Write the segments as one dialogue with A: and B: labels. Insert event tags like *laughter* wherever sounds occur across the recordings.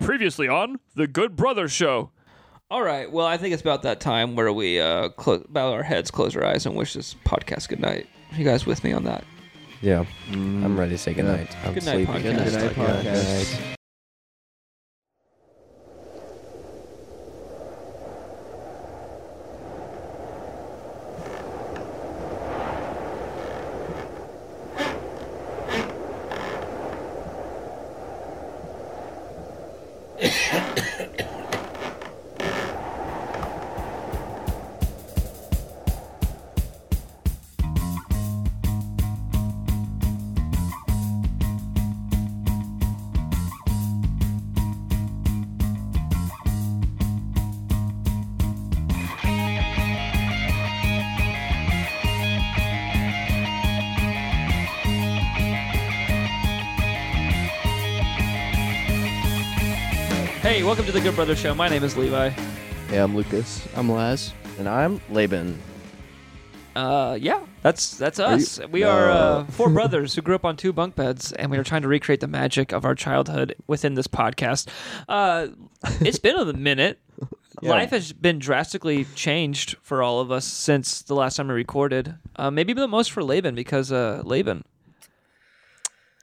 A: Previously on The Good Brother Show.
B: All right. Well, I think it's about that time where we uh, close, bow our heads, close our eyes, and wish this podcast good night. Are you guys with me on that?
C: Yeah. I'm ready to say goodnight. I'm
B: Good night,
C: sleepy.
B: podcast. Good night,
C: podcast.
B: Hey, welcome to the Good Brother Show. My name is Levi.
C: Hey, I'm Lucas.
D: I'm Laz.
C: And I'm Laban.
B: Uh, yeah, that's that's
C: you-
B: us. we are uh,
C: No.
B: four brothers who grew up on two bunk beds, and we are trying to recreate the magic of our childhood within this podcast. Uh, it's been a *laughs* minute.
C: *laughs* Yeah.
B: Life has been drastically changed for all of us since the last time we recorded. Uh, maybe the most for Laban because uh, Laban,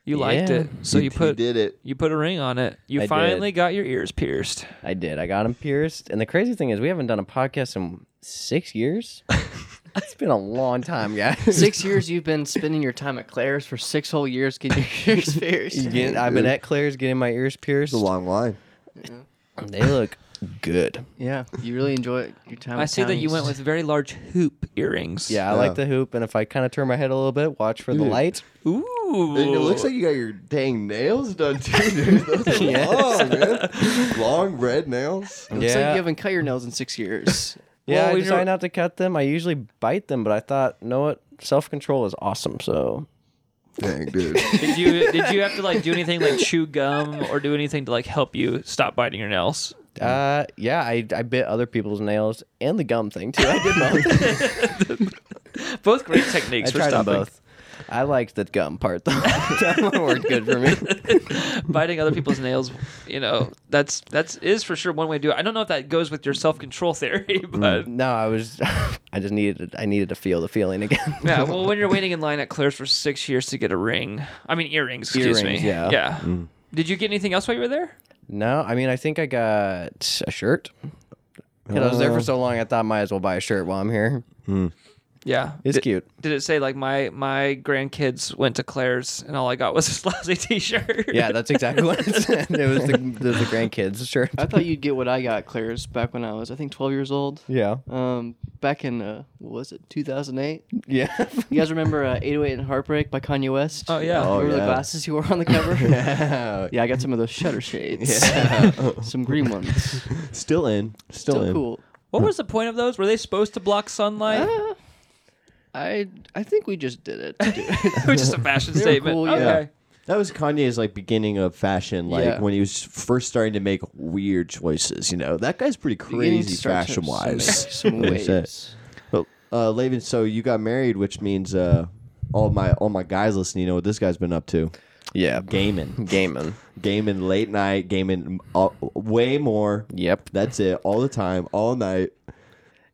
B: you liked
C: Yeah.
B: it, so
C: You-
B: you
C: you
B: put
A: did it.
B: you put a ring on it. You
C: I did.
B: finally got your ears pierced.
C: I did. I got him pierced. And the crazy thing is, we haven't done a podcast in six years. it's been a long time, guys.
D: *laughs*
C: *laughs*
D: Six years you've been spending your time at Claire's for six whole years *laughs* getting your ears pierced.
C: Again, I've been at Claire's getting my ears pierced.
E: It's a long line.
C: *laughs* They look good.
D: Yeah, you really enjoy your time.
B: I
D: at
B: see that you
D: Townies.
B: went with very large hoop earrings.
C: Yeah, I
E: Yeah.
C: like the hoop. And if I kind of turn my head a little bit, watch for the light.
B: Ooh.
E: It, it looks like you got your dang nails done too, dude. Those are long, man. Long red nails.
D: It looks like
C: Yeah.
D: you haven't cut your nails in six years.
C: Yeah,
B: Well,
C: I
B: we
C: decided
B: know-
C: not to cut them. I usually bite them, but I thought, you know what? Self control is awesome. So
E: Dang, dude.
B: Did you did you have to like do anything like chew gum or do anything to like help you stop biting your nails? Mm.
C: Uh, yeah, I, I bit other people's nails and the gum thing too. I
B: *laughs*
C: did both.
B: Both great
C: I
B: techniques for
C: tried them
B: stopping
C: both. I liked the gum part though. *laughs* that one worked good
B: *laughs*
C: for me.
B: *laughs* biting other people's nails. You know that's that's is for sure one way to do it. I don't know if that goes with your self control theory, *laughs* but
C: No, I was. *laughs* I just needed. I needed to feel the feeling again.
B: *laughs* yeah. Well, when you're waiting in line at Claire's for six years to get a ring, I mean earrings. Excuse
C: Earrings,
B: me.
C: yeah. Mm.
B: Yeah. Did you get anything else while you were there?
C: *laughs* No, I mean, I think I got a shirt. 'Cause I was there
B: Oh.
C: for so long, I thought I might as well buy a shirt while I'm here.
B: Yeah.
C: It's
B: Did-
C: cute.
B: Did it say like my my grandkids went to Claire's and all I got was *laughs* this lousy T-shirt?
C: Yeah, that's exactly what it said. It was the, it was the grandkids shirt.
D: *laughs* I thought you'd get what I got at Claire's back when I was, I think, 12 years old.
C: Yeah,
D: Um, back in uh, what was it 2008?
C: yeah.
B: Mm.
D: You guys remember uh, 808 and Heartbreak by Kanye West?
B: Oh yeah.
E: Oh,
D: remember the
E: yeah.
D: glasses you wore on the cover?
E: yeah.
D: *laughs* Yeah, I got some of those shutter shades. *laughs* some green *laughs* ones.
E: Still in. Still,
D: Still
E: in.
D: cool.
B: What was the point of those? Were they supposed to block sunlight?
D: Uh, I I think we just did it. *laughs* to do
B: *laughs*
D: it.
B: Which is a fashion
D: They're
B: statement.
D: cool, yeah.
B: okay.
E: That was Kanye's like beginning of fashion, like
D: Yeah.
E: when he was first starting to make weird choices. You know, that guy's pretty
D: Beginning
E: crazy
D: to start
E: fashion
D: some-
E: *laughs* wise.
D: Some
E: That's it.
D: waves.
E: But uh, Laven, so you got married, which means uh, all my all my guys listening, you know what this guy's been up to?
C: *laughs* Yeah, *laughs*
E: Gaming,
C: gaming.
E: gaming late night, gaming uh, way more.
C: Yep.
E: That's it, all the time, all night.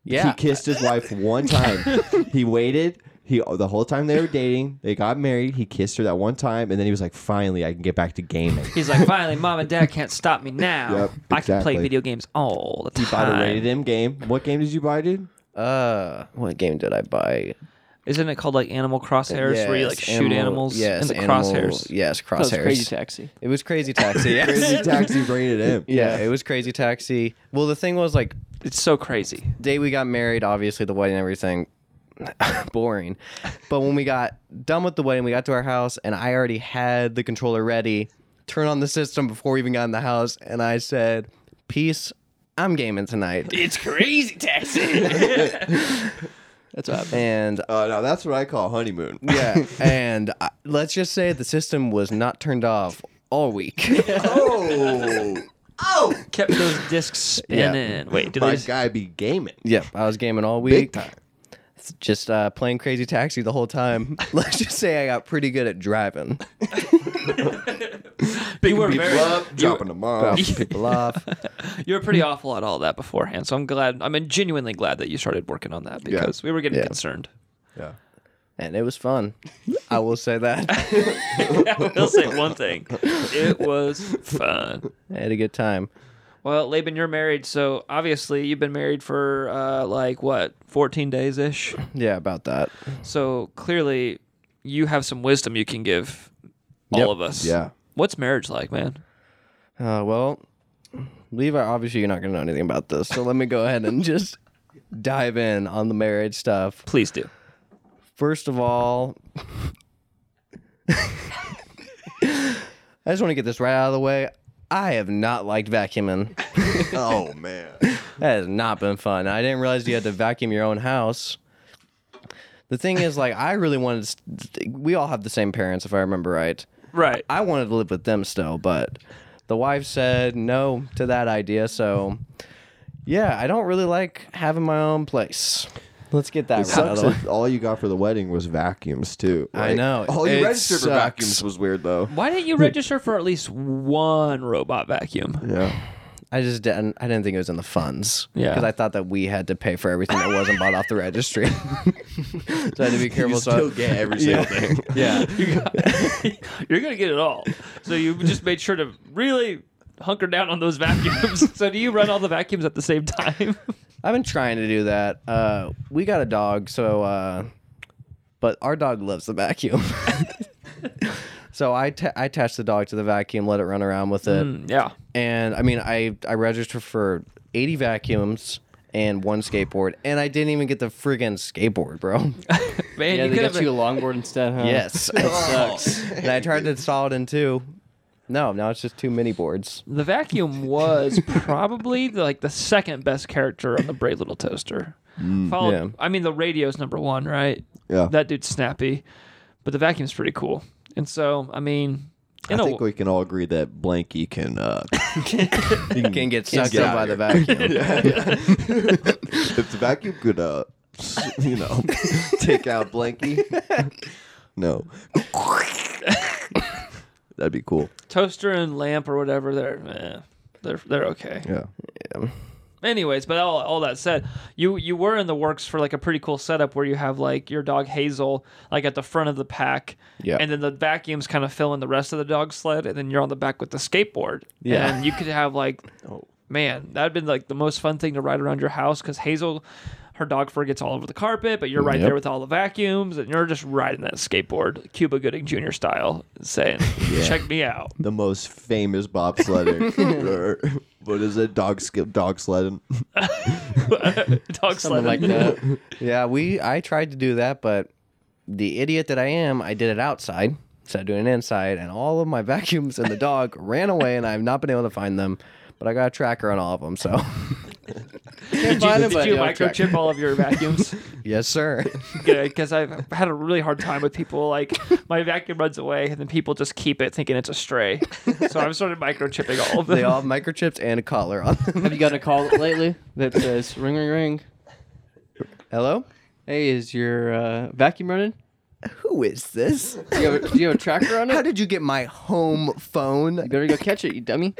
C: Yeah.
E: He kissed his wife one time.
C: *laughs*
E: he waited. He the whole time they were dating, they got married. He kissed her that one time, and then he was like, "Finally, I can get back
C: *laughs*
E: to gaming."
B: He's like, finally, mom and dad can't stop me now.
E: Yep,
B: I can play
E: exactly.
B: video games all the time.
E: He bought a rated M game. What game did you buy, dude?
C: *laughs* Uh, what game did I buy?
B: Isn't it called like Animal Crosshairs, where you like
C: Yes,
B: shoot
C: animal-
B: animals
C: yes,
B: in the
C: animal-
B: crosshairs?
C: Yes,
D: That was
C: crosshairs.
D: crazy taxi.
C: It was
B: *laughs*
C: crazy taxi. yes.
E: Crazy Taxi rated M.
C: yeah, it was crazy taxi. Well, the thing was like
B: It's so crazy.
C: day we got married, obviously the wedding and everything, *laughs* boring. But when we got done with the wedding, we got to our house and I already had the controller ready. Turn on the system before we even got in the house, and I said, "Peace, I'm gaming tonight."
B: It's crazy *laughs* taxi.
D: That's what happened.
C: And
E: Uh, now that's what I call honeymoon. *laughs*
C: *laughs* yeah, and I, let's just say the system was not turned off all *laughs* week.
E: oh,
B: Kept those discs spinning. Wait, did
E: my
B: they?
E: guy be gaming.
C: Yep, I was gaming all week.
E: Big time. *laughs*
C: *laughs* Just uh, playing Crazy Taxi the whole time. Let's just say I got pretty good at driving.
F: Picking
B: were
F: people
B: very-
F: up, dropping them off.
E: *laughs*
C: Dropping people off.
B: You were pretty awful at all that beforehand, so I'm glad. I'm genuinely glad that you started working on that
F: Yeah.
B: because we were getting
C: Yeah.
B: *laughs* concerned.
F: Yeah.
C: And it was fun. I will say
E: *laughs*
C: that.
B: I will say one thing: it was fun.
C: I had a good time.
B: Well, Laban, you're married, so obviously you've been married for uh, like what, 14 days ish.
C: Yeah, about that.
B: So clearly, you have some wisdom you can give all
C: Yep.
B: of us.
F: Yeah.
B: What's marriage like, man?
C: Uh, well, Levi, obviously you're not going to know anything about this, so let me go ahead and just dive in on the marriage stuff.
B: Please do.
C: First of all, *laughs* I just want to get this right out of the way. I have not liked vacuuming.
F: Oh man.
C: That has not been fun. I didn't realize you had to vacuum your own house. The thing is, like, I really wanted. To, we all have the same parents, if I remember right.
B: Right.
C: I wanted to live with them still, but the wife said no to that idea. So, yeah, I don't really like having my own place. Let's get that
F: It
C: right out
F: sucks
C: of the way.
F: that all you got for the wedding was vacuums too.
C: I know.
F: All you
C: It
F: registered for
C: sucks.
F: vacuums was weird though.
B: Why didn't you register for at least one robot vacuum?
F: Yeah.
C: I just didn't. I didn't think it was in the funds.
B: Yeah.
C: Because I thought that we had to pay for everything that wasn't bought off the registry. *laughs* so I
F: *laughs*
C: had to be careful. so I-
F: get every single thing.
C: yeah.
B: *laughs* You're gonna get it all. So you just made sure to really hunker down on those vacuums. *laughs* so do you run all the vacuums at the same time?
C: I've been trying to do that. Uh, we got a dog, so uh, but our dog loves the vacuum. *laughs* so I ta- I attached the dog to the vacuum, let it run around with it,
B: yeah.
C: and I mean I I registered for eighty vacuums and one skateboard, and I didn't even get the friggin' skateboard, bro.
B: Man,
D: Yeah,
B: you
D: they
B: could
D: got
B: have
D: you a longboard instead, huh?
C: yes, it sucks. and I tried to install it in two. No, now it's just two mini boards.
B: The vacuum was probably the, like the second best character on the Brave Little Toaster. Followed,
C: Yeah.
B: I mean, the radio's number one, right?
F: *laughs* Mm. Yeah.
B: That dude's snappy, but the vacuum's pretty cool. And so, I mean,
F: I
B: in a
F: think we can all agree that Blanky can uh
C: Can get sucked
F: get out
C: up by the
F: of
C: vacuum.
F: Yeah, yeah. if the vacuum could, uh, s- you know, *laughs* take out Blanky, no, that'd be cool.
B: toaster and lamp or whatever, they're eh, they're they're okay.
F: Yeah,
B: Anyways, but all, all that said, you you were in the works for like a pretty cool setup where you have like your dog Hazel like at the front of the pack,
C: Yeah.
B: and then the vacuums kind of fill in the rest of the dog sled, and then you're on the back with the skateboard,
C: Yeah.
B: and you could have
D: *laughs*
B: like,
D: Oh.
B: man, that'd been like the most fun thing to ride around your house because Hazel, her dog fur gets all over the carpet, but you're right there with all the vacuums, and you're just riding that skateboard, Cuba Gooding Jr. style,
C: *laughs*
B: saying, "Check me out." *laughs*
F: the most famous bobsledding. what is it? Dog skip, dog sledding.
B: dog sled *laughs*
D: Something like that.
C: *laughs* Yeah, we I tried to do that, but the idiot that I am, I did it outside instead of doing it inside, and all of my *laughs* vacuums and the dog ran away, and I've not been able to find them. But I got a tracker on all of them, so
B: Did
C: Find
B: you,
C: it,
B: did
C: but
B: you
C: no
B: microchip all of your vacuums?
C: yes,
D: *laughs*
C: sir.
B: Yeah, because I've had a really hard time with people. Like my vacuum runs away, and then people just keep it thinking it's a stray. So I've started microchipping all of them.
C: They all have microchips and a collar on them.
D: Have you gotten a call lately that says ring, ring, ring?
C: Hello,
D: Hey, is your uh, vacuum running?
C: who is this?
D: Do you, have a, do you have a tracker on it?
C: How did you get my home
D: you
C: phone?
D: better go catch it, you dummy.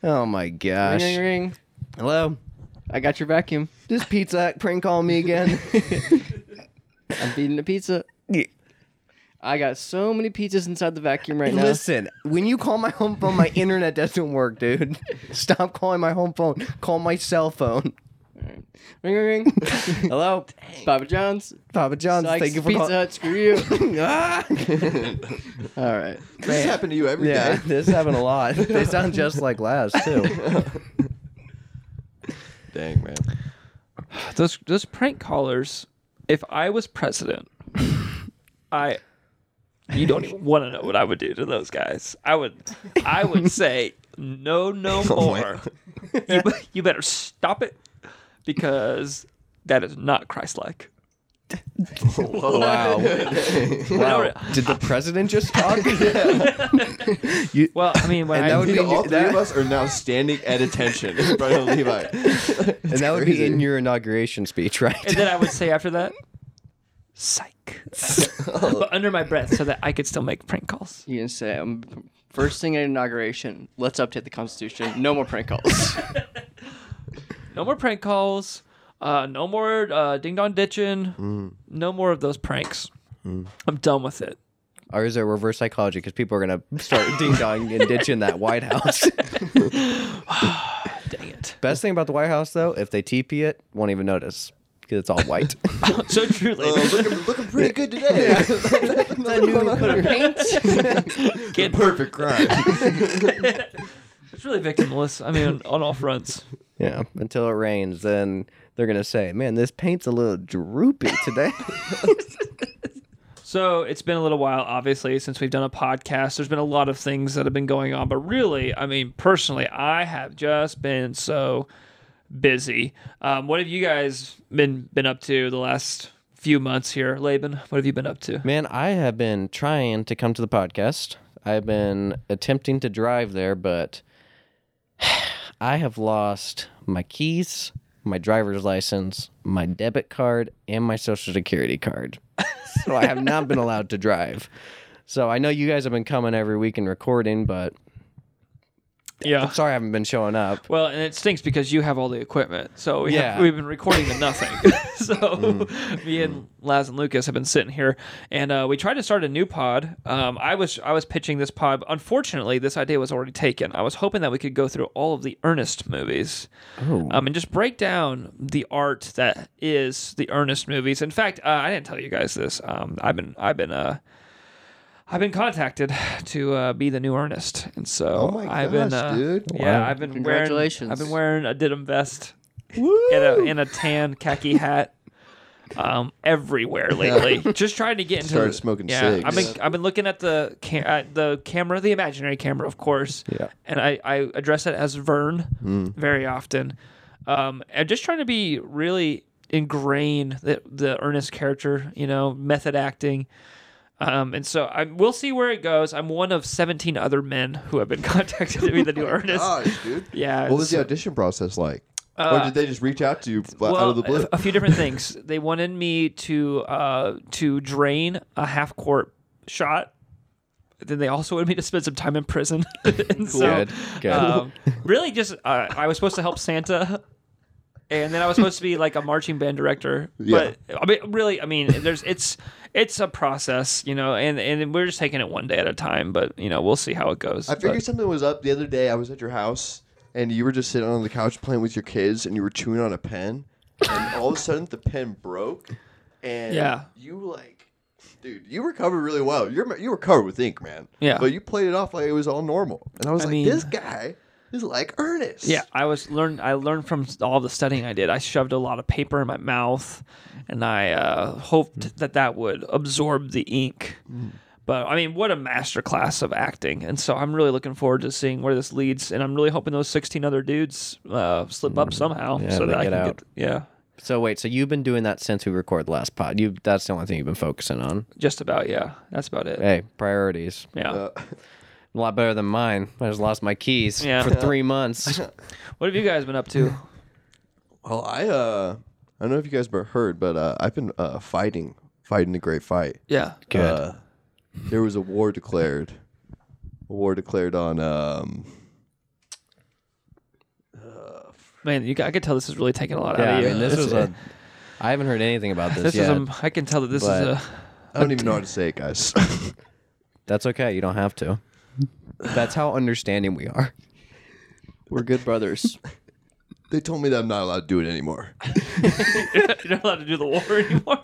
C: Oh my
D: Ring,
C: *laughs* gosh!
D: ring, ring.
C: Hello,
D: I got your vacuum.
C: this Pizza Hut prank call me
D: *laughs*
C: again.
D: I'm feeding the pizza. I got so many pizzas inside the vacuum right now.
C: Listen, when you call my home phone, my internet doesn't work, dude. Stop calling my home phone. Call my cell phone.
D: Ring,
C: *laughs*
D: ring, ring.
C: Hello,
D: Papa John's.
C: Papa John's.
D: Sykes,
C: thank you for
D: Pizza
C: calling.
D: Hut. Screw you. *laughs*
C: Ah!
D: All right.
F: This happened to you every day.
C: yeah, this happened a lot. They sound just like last too.
F: Dang man.
B: *laughs* those those prank callers. If I was president, I you don't even want to know what I would do to those guys. I would I
C: *laughs*
B: would say no, no
C: Oh,
B: more. you, be- you better stop it because that is not Christ-like.
C: Wow. wow. Did the president just talk?
B: Well, I mean, when
C: And
B: I,
C: that would be
F: all three
C: that-
F: of us are now standing at attention in front of Levi.
C: and that would be in your inauguration speech, right?
B: And then I would say after that,
E: *laughs*
B: psych, but under my breath so that I could still make prank calls.
D: You can say, um, first thing at inauguration, let's update the Constitution. No more prank calls. *laughs*
B: No more prank calls. Uh, no more uh, ding dong ditching.
E: Mm.
B: No more of those pranks. I'm done with it.
C: Or is there reverse psychology? Because people are gonna start ding dong and ditching that White House.
B: Dang it.
C: Best thing about the White House though, if they TP it, won't even notice because it's all white.
B: so
E: Oh,
B: truly,
F: Oh,
E: looking, looking pretty good today.
B: kid,
E: Perfect crime.
B: *laughs* it's really victimless. I mean, on all fronts.
C: yeah. Until it rains, then they're gonna say, "Man, this paint's a little droopy today."
B: So it's been a little while, obviously, since we've done a podcast. There's been a lot of things that have been going on, but really, I mean, personally, I have just been so busy. Um, what have you guys been been up to the last few months here, Laban? What have you been up to?
C: *laughs* Man, I have been trying to come to the podcast. I've been attempting to drive there, but *sighs* I have lost my keys, my driver's license, my debit card, and my social security card. *laughs* so I have not been allowed to drive. So I know you guys have been coming every week and recording, but
B: Yeah.
C: sorry I haven't been showing up.
B: Well, and it stinks because you have all the equipment. So we
C: Yeah.
B: have, we've been recording to nothing.
E: *laughs*
B: *laughs* so
E: Mm.
B: me and Laz and Lucas have been sitting here, and uh, we tried to start a new pod. Um, I was I was pitching this pod. but Unfortunately, this idea was already taken. I was hoping that we could go through all of the Ernest movies,
E: Oh.
B: um, and just break down the art that is the Ernest movies. In fact, uh, I didn't tell you guys this. Um, I've been I've been uh, I've been contacted to uh, be the new Ernest, and so
E: Oh my
B: I've been,
E: gosh,
B: uh,
E: dude.
B: yeah,
E: Wow.
B: I've been
D: Congratulations.
B: wearing I've been wearing a Didum vest and a and a tan khaki hat. Um, everywhere lately. Just trying to get into
E: Started smoking
B: yeah,
E: cigs.
B: I've been I've been looking at the cam- at the camera, the imaginary camera, of course.
E: Yeah. Mm.
B: And I I address it as Vern very often. Um, and just trying to be really ingrain the the earnest character, you know, method acting. Um, and so I we'll see where it goes. I'm one of 17 other men who have been *laughs* contacted to be the new Ernest.
E: Oh Gosh, dude.
B: Yeah.
E: What was the
B: so-
E: audition process like? or did they just reach out to you out of the blue?
B: a- A few different things. They wanted me to uh, to drain a half court shot. Then they also wanted me to spend some time in prison. *laughs* and so,
C: Good, good.
B: Um, really, just uh, I was supposed to help Santa. And then I was supposed to be like a marching band director,
E: Yeah.
B: but I mean, really, I mean, there's it's it's a process, you know, and and we're just taking it one day at a time, but you know, we'll see how it goes.
E: I
B: But-
E: figured something was up the other day. I was at your house and you were just sitting on the couch playing with your kids and you were chewing on a pen. And all of a sudden the pen broke. And
B: Yeah.
E: you like, dude, you recovered really well. You're you were covered with ink, man.
B: Yeah.
E: But you played it off like it was all normal. And I was
B: I
E: like,
B: mean-
E: this guy is like Ernest.
B: Yeah, I was learned. I learned from all the studying I did. I shoved a lot of paper in my mouth, and I uh, hoped
C: Hmm.
B: that that would absorb the ink. But I mean, what a masterclass of acting! And so I'm really looking forward to seeing where this leads. And I'm really hoping those 16 other dudes uh, slip up somehow, so
C: Hmm. they
B: that I
C: get
B: can
C: out.
B: get yeah,
C: So wait, so you've been doing that since we recorded the last pod. You that's the only thing you've been focusing on.
B: just about yeah. That's about it.
C: Hey, priorities.
B: Yeah.
E: Uh,
C: A lot better than mine. I just lost my keys
B: Yeah.
C: for three
E: *laughs*
C: months.
B: what have you guys been up to?
E: well, I uh, I don't know if you guys ever heard, but uh, I've been uh, fighting, fighting the great fight.
B: Yeah.
E: Uh, there was a war declared. A war declared on um,
B: Man, you, I could tell this is really taking a lot
C: Yeah,
B: out
C: I
B: of you.
C: mean, this is a. I haven't heard anything about this,
B: This
C: yet.
B: is a, I can tell that this
C: but-
B: is a
E: I don't even know how to say it, guys. *laughs*
C: That's okay. You don't have to. That's how understanding we are.
D: We're good brothers.
E: they told me that I'm not allowed to do it anymore.
B: *laughs* you're not allowed to do the war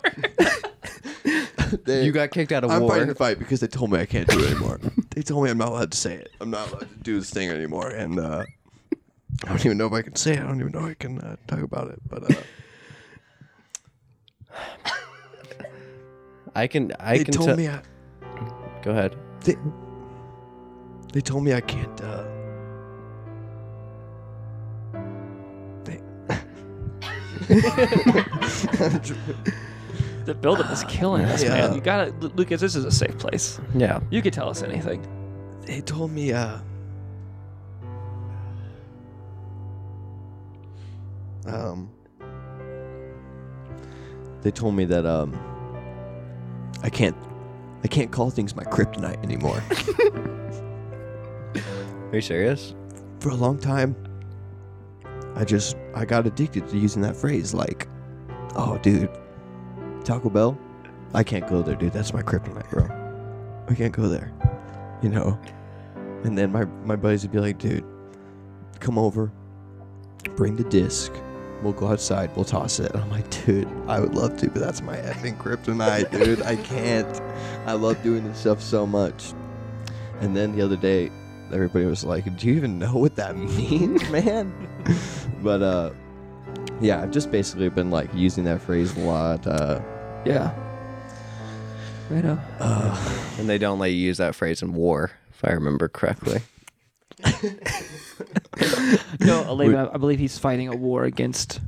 B: anymore.
E: They-
C: You got kicked out of
E: I'm
C: war.
E: fighting the fight because they told me I can't do it anymore. they told me I'm not allowed to say it. I'm not allowed to do this thing anymore, and uh, I don't even know if I can say it. I don't even know if I can uh, talk about it. But uh,
C: I can. I
E: they
C: can.
E: told
C: tell-
E: me I,
C: Go ahead.
E: they, they told me I can't. Uh, they,
B: The buildup is killing us,
E: Yeah.
B: man. You gotta, Lu- Lucas. This is a safe place.
C: Yeah.
B: You could tell us anything.
E: they told me uh um they told me that um I can't. I can't call things my kryptonite anymore. *laughs*
C: Are you serious?
E: For a long time, I just I got addicted to using that phrase. Like, oh, dude, Taco Bell. I can't go there, dude. That's my kryptonite, bro. I can't go there. You know. And then my my buddies would be like, dude, come over, bring the disc. We'll go outside. We'll toss it. And I'm like, dude, I would love to, but that's my effing kryptonite, dude. I can't. I love doing this stuff so much. And then the other day, everybody was like, "Do you even know what that *laughs* means, man?" *laughs* but uh, yeah, I've just basically been like using that phrase a lot. Uh,
B: Yeah. Right *laughs* on.
C: And they don't let you use that phrase in war, if I remember correctly.
B: No, Alema, I believe he's fighting a war against.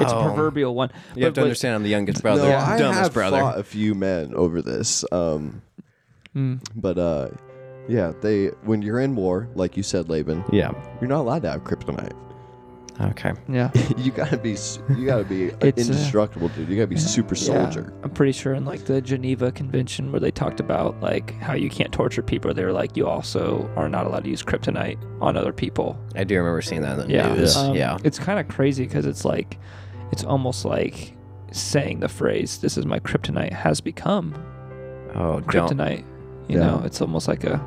B: It's a proverbial one.
C: Oh. You have to understand I'm the youngest brother,
E: no, I
C: dumbest
E: have
C: brother.
E: fought a few men over this. Um,
B: hmm,
E: but uh, yeah, they when you're in war, like you said, Laban,
C: Yeah.
E: you're not allowed to have kryptonite. *laughs*
C: Okay.
B: Yeah.
E: you gotta be s- you gotta be
B: It's, uh,
E: indestructible, dude. You gotta be super soldier.
B: Yeah, I'm pretty sure in like the Geneva Convention where they talked about like how you can't torture people, they were like you also are not allowed to use kryptonite on other people.
C: I do remember seeing that in the
B: Yeah,
C: news.
B: um,
C: yeah.
B: It's kind of crazy because it's like it's almost like saying the phrase "This is my kryptonite" has become
C: Oh, don't.
B: kryptonite. You
E: Yeah.
B: know, it's almost like a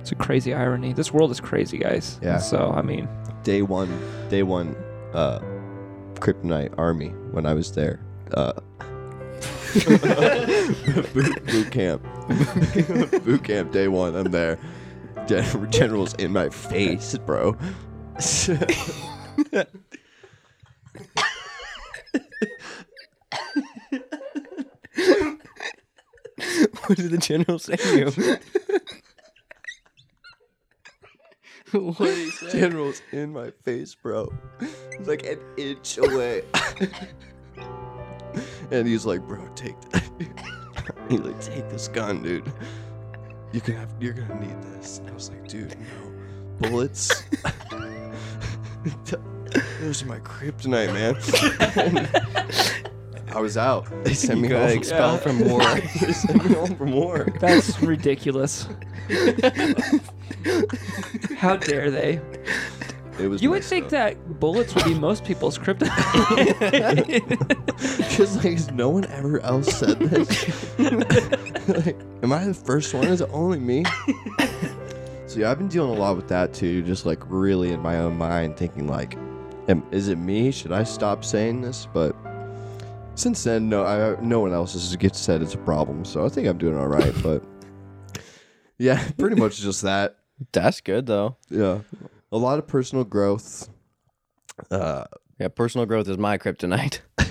B: it's a crazy irony. This world is crazy, guys.
E: Yeah.
B: So I mean,
E: day one day one uh kryptonite army when i was there uh *laughs* boot, boot camp *laughs* boot camp day one i'm there Gen- general's in my face bro
C: What did the general say to you?
D: what do you say?
E: general's in my face bro it's like an inch away and he's like bro take that *laughs* he's like take this gun dude you can have you're gonna need this and i was like dude no bullets *laughs* those are my kryptonite man *laughs* i was out
C: *laughs*
E: they sent me
C: You got
E: home
C: expelled from war.
E: *laughs* they sent me home from war
B: *laughs* that's ridiculous. How dare they?
E: it was
B: You would
E: messed
B: think
E: up.
B: that bullets would be most people's kryptonite.
E: *laughs* Because like, has no one ever else said this? *laughs* like, am I the first one? Is it only me? *laughs* so yeah, I've been dealing a lot with that too. Just like really in my own mind, thinking like, am, is it me? Should I stop saying this? But since then, no, I, no one else has gets said it's a problem. So I think I'm doing all right. *laughs* but yeah, pretty much just that.
C: *laughs* That's good, though.
E: Yeah, a lot of personal *laughs* growth. Uh,
C: Yeah, personal growth is my kryptonite.
B: *laughs*
C: *laughs*
B: oh,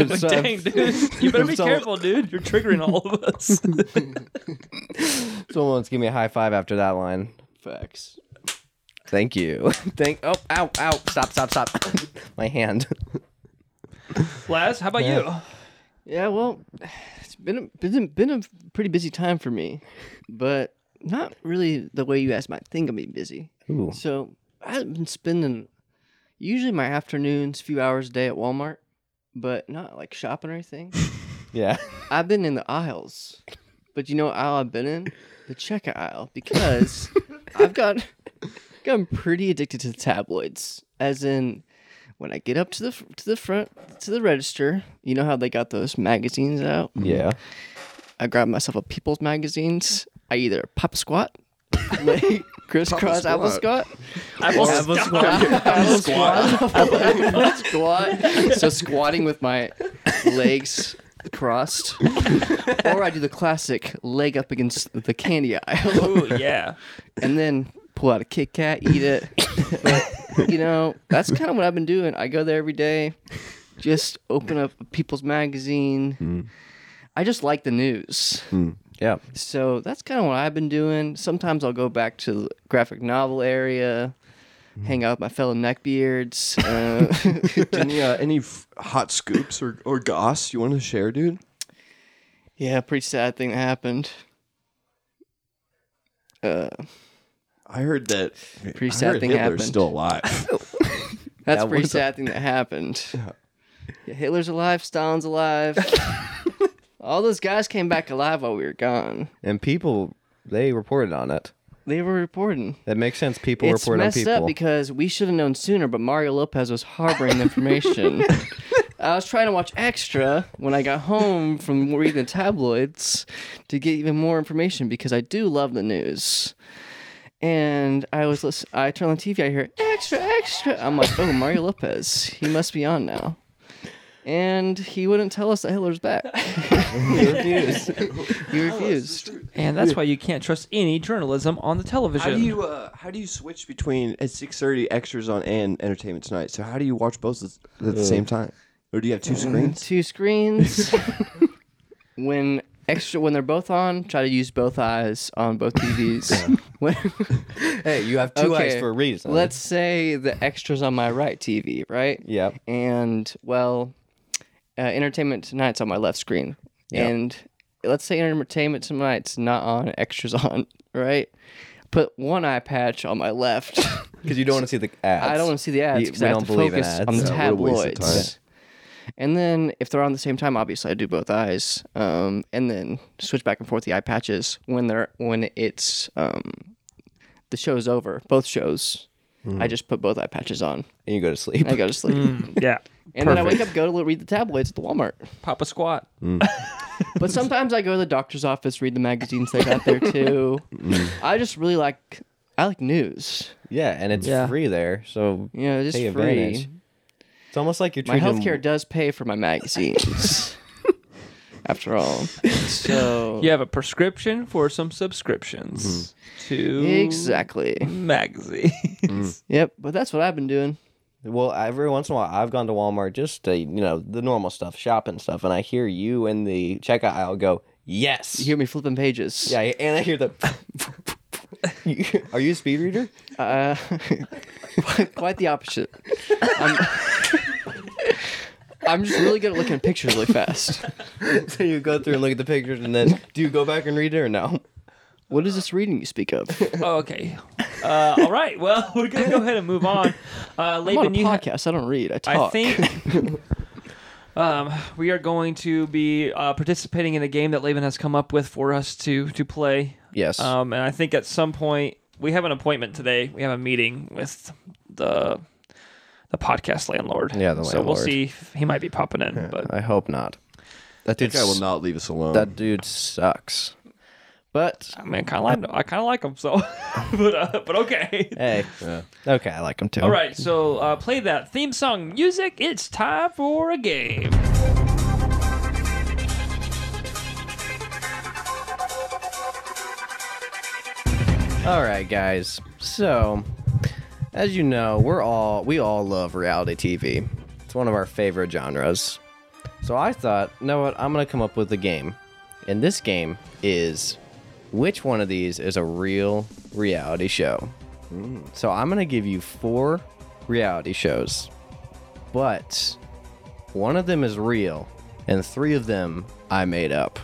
C: If
E: uh,
C: so-
B: dang, dude. You better be
C: so-
B: careful, dude. You're triggering all of
E: *laughs*
B: us.
C: Someone wants to give me a high five after that line.
D: Facts.
C: Thank you. *laughs* Thank. Oh, ow, ow. Stop, stop, stop. *laughs* my hand. *laughs*
B: Laz, how about you?
D: Yeah, well, it's been a, been been a pretty busy time for me, but not really the way you guys might think of me busy.
C: Ooh.
D: So I've been spending usually my afternoons, few hours a day at Walmart, but not like shopping or anything.
C: Yeah.
D: I've been in the aisles, but you know what aisle I've been in? The checkout aisle because I've got gotten pretty addicted to the tabloids. As in, when I get up to the fr- to the front to the register, you know how they got those magazines out.
C: Yeah.
D: I grab myself a People's magazines. I either pop squat, *laughs* like crisscross apple squat,
B: Apple
D: Apple
B: Scott.
D: apple squat, apple *laughs* squat. So squatting with my legs crossed, or I do the classic leg up against the candy
B: *laughs*
D: aisle,
B: Ooh, yeah.
D: and then pull out a Kit Kat, eat it. But, you know, that's kind of what I've been doing. I go there every day, just open up People's Magazine. I just like the news.
C: Yeah.
D: So that's kind of what I've been doing. Sometimes I'll go back to the graphic novel area,
E: Mm-hmm.
D: hang out with my fellow neckbeards.
E: *laughs*
D: Uh, *laughs*
E: any uh, any f- hot scoops or or goss you want to share, dude?
D: yeah, pretty sad thing that happened. Uh,
E: I heard that.
D: Pretty
E: I
D: sad
E: heard
D: thing
E: Hitler's
D: happened.
E: Still alive.
D: that's
C: That
D: a pretty
C: was a-
E: *laughs*
D: sad thing that happened. Yeah, Hitler's alive, Stalin's alive. All those guys came back alive while we were gone.
C: And people, they reported on it.
D: They were reporting.
C: That makes sense. People
D: it's
C: report on
D: messed
C: people.
D: up because we should have known sooner, but Mario Lopez was harboring
C: *laughs*
D: the information. I was trying to watch extra when I got home from reading the tabloids to get even more information because I do love the news. And I was listen- I turn on the TV, I hear extra, extra. I'm like, oh, Mario Lopez, he must be on now. And he wouldn't tell us that Hitler's back. *laughs* he refused. He refused.
B: And that's why you can't trust any journalism on the
F: *laughs*
B: television.
F: How do you uh, how do you switch between at six thirty extras on and Entertainment Tonight? So how do you watch both at the same time, or do you have two screens?
D: two screens. when extra when they're both on, try to use both eyes on both TVs. *laughs* When-
C: hey, you have two eyes
D: Okay,
C: for a reason.
D: Let's say the extras on my right TV, right?
C: Yep.
D: And well, uh, entertainment tonight's on my left screen, and let's say entertainment tonight's not on, extras on, *laughs* right? Put one eye patch on my left. *laughs*
C: Because you don't want to see the ads.
D: I don't want to see the
C: You-
D: ads because
C: we
D: I have
C: don't
D: to
C: believe in
D: focus
C: ads.
D: on the
F: Yeah, what a waste of
D: tabloids. And then if they're on at the same time, obviously I do both eyes, um, and then switch back and forth the eye patches when they're when it's um, the show's over. Both shows,
C: Hmm.
D: I just put both eye patches on.
C: *laughs* And you go to sleep.
D: I go to sleep,
B: yeah.
D: and then I wake up, go to read the tabloids at the Walmart.
B: Papa Squat.
D: But sometimes I go to the doctor's office, read the magazines they got there too.
C: Hmm.
D: I just really like I like news.
C: Yeah, and it's
B: Yeah.
C: free there, so
D: You know, just
C: Take
D: free.
C: advantage. it's almost like you're
D: my
C: treating
D: healthcare does pay for my magazines *laughs* after all so
B: You have a prescription for some subscriptions
D: Mm-hmm.
B: to
D: exactly
B: magazines.
D: yep but that's what i've been doing
C: Well, every once in a while, I've gone to Walmart just to you know the normal stuff, shopping stuff, and I hear you in the checkout aisle go, "Yes,
D: you hear me flipping pages
C: yeah," and I hear *laughs* the. Are you a speed reader?
D: uh, quite- *laughs* quite the opposite I'm, *laughs* I'm just really good at looking at pictures
C: *laughs*
D: really fast
C: so you go through and look at the pictures, and then do you go back and read it or no?
D: what is this reading you speak of
B: Oh, okay. Uh, all right. Well, *laughs* we're gonna go ahead and move on. Uh,
D: i'm on a
B: Laban, you. ha-
D: podcast i don't read i
B: I
D: talk
B: think.
D: *laughs*
B: Um, we are going to be uh, participating in a game that Laban has come up with for us to to play.
C: Yes.
B: Um, and I think at some point we have an appointment today. We have a meeting with the the podcast landlord.
C: Yeah, the
B: So we'll
C: landlord.
B: see. If he might be popping in, but
C: I hope not.
F: That
C: That dude.
F: guy will not leave us alone.
C: That dude sucks. But
B: I mean, kind of like I kind of like him. So, *laughs* but uh, but okay.
C: hey, okay, I like him too.
B: All right. So uh, play that theme song music. It's time for a game.
C: All right, guys. So, as you know, we're all we all love reality TV. It's one of our favorite genres. So I thought, you know what? I'm gonna come up with a game, and this game is which one of these is a real reality show. So I'm gonna give you four reality shows, but one of them is real, and three of them I made up.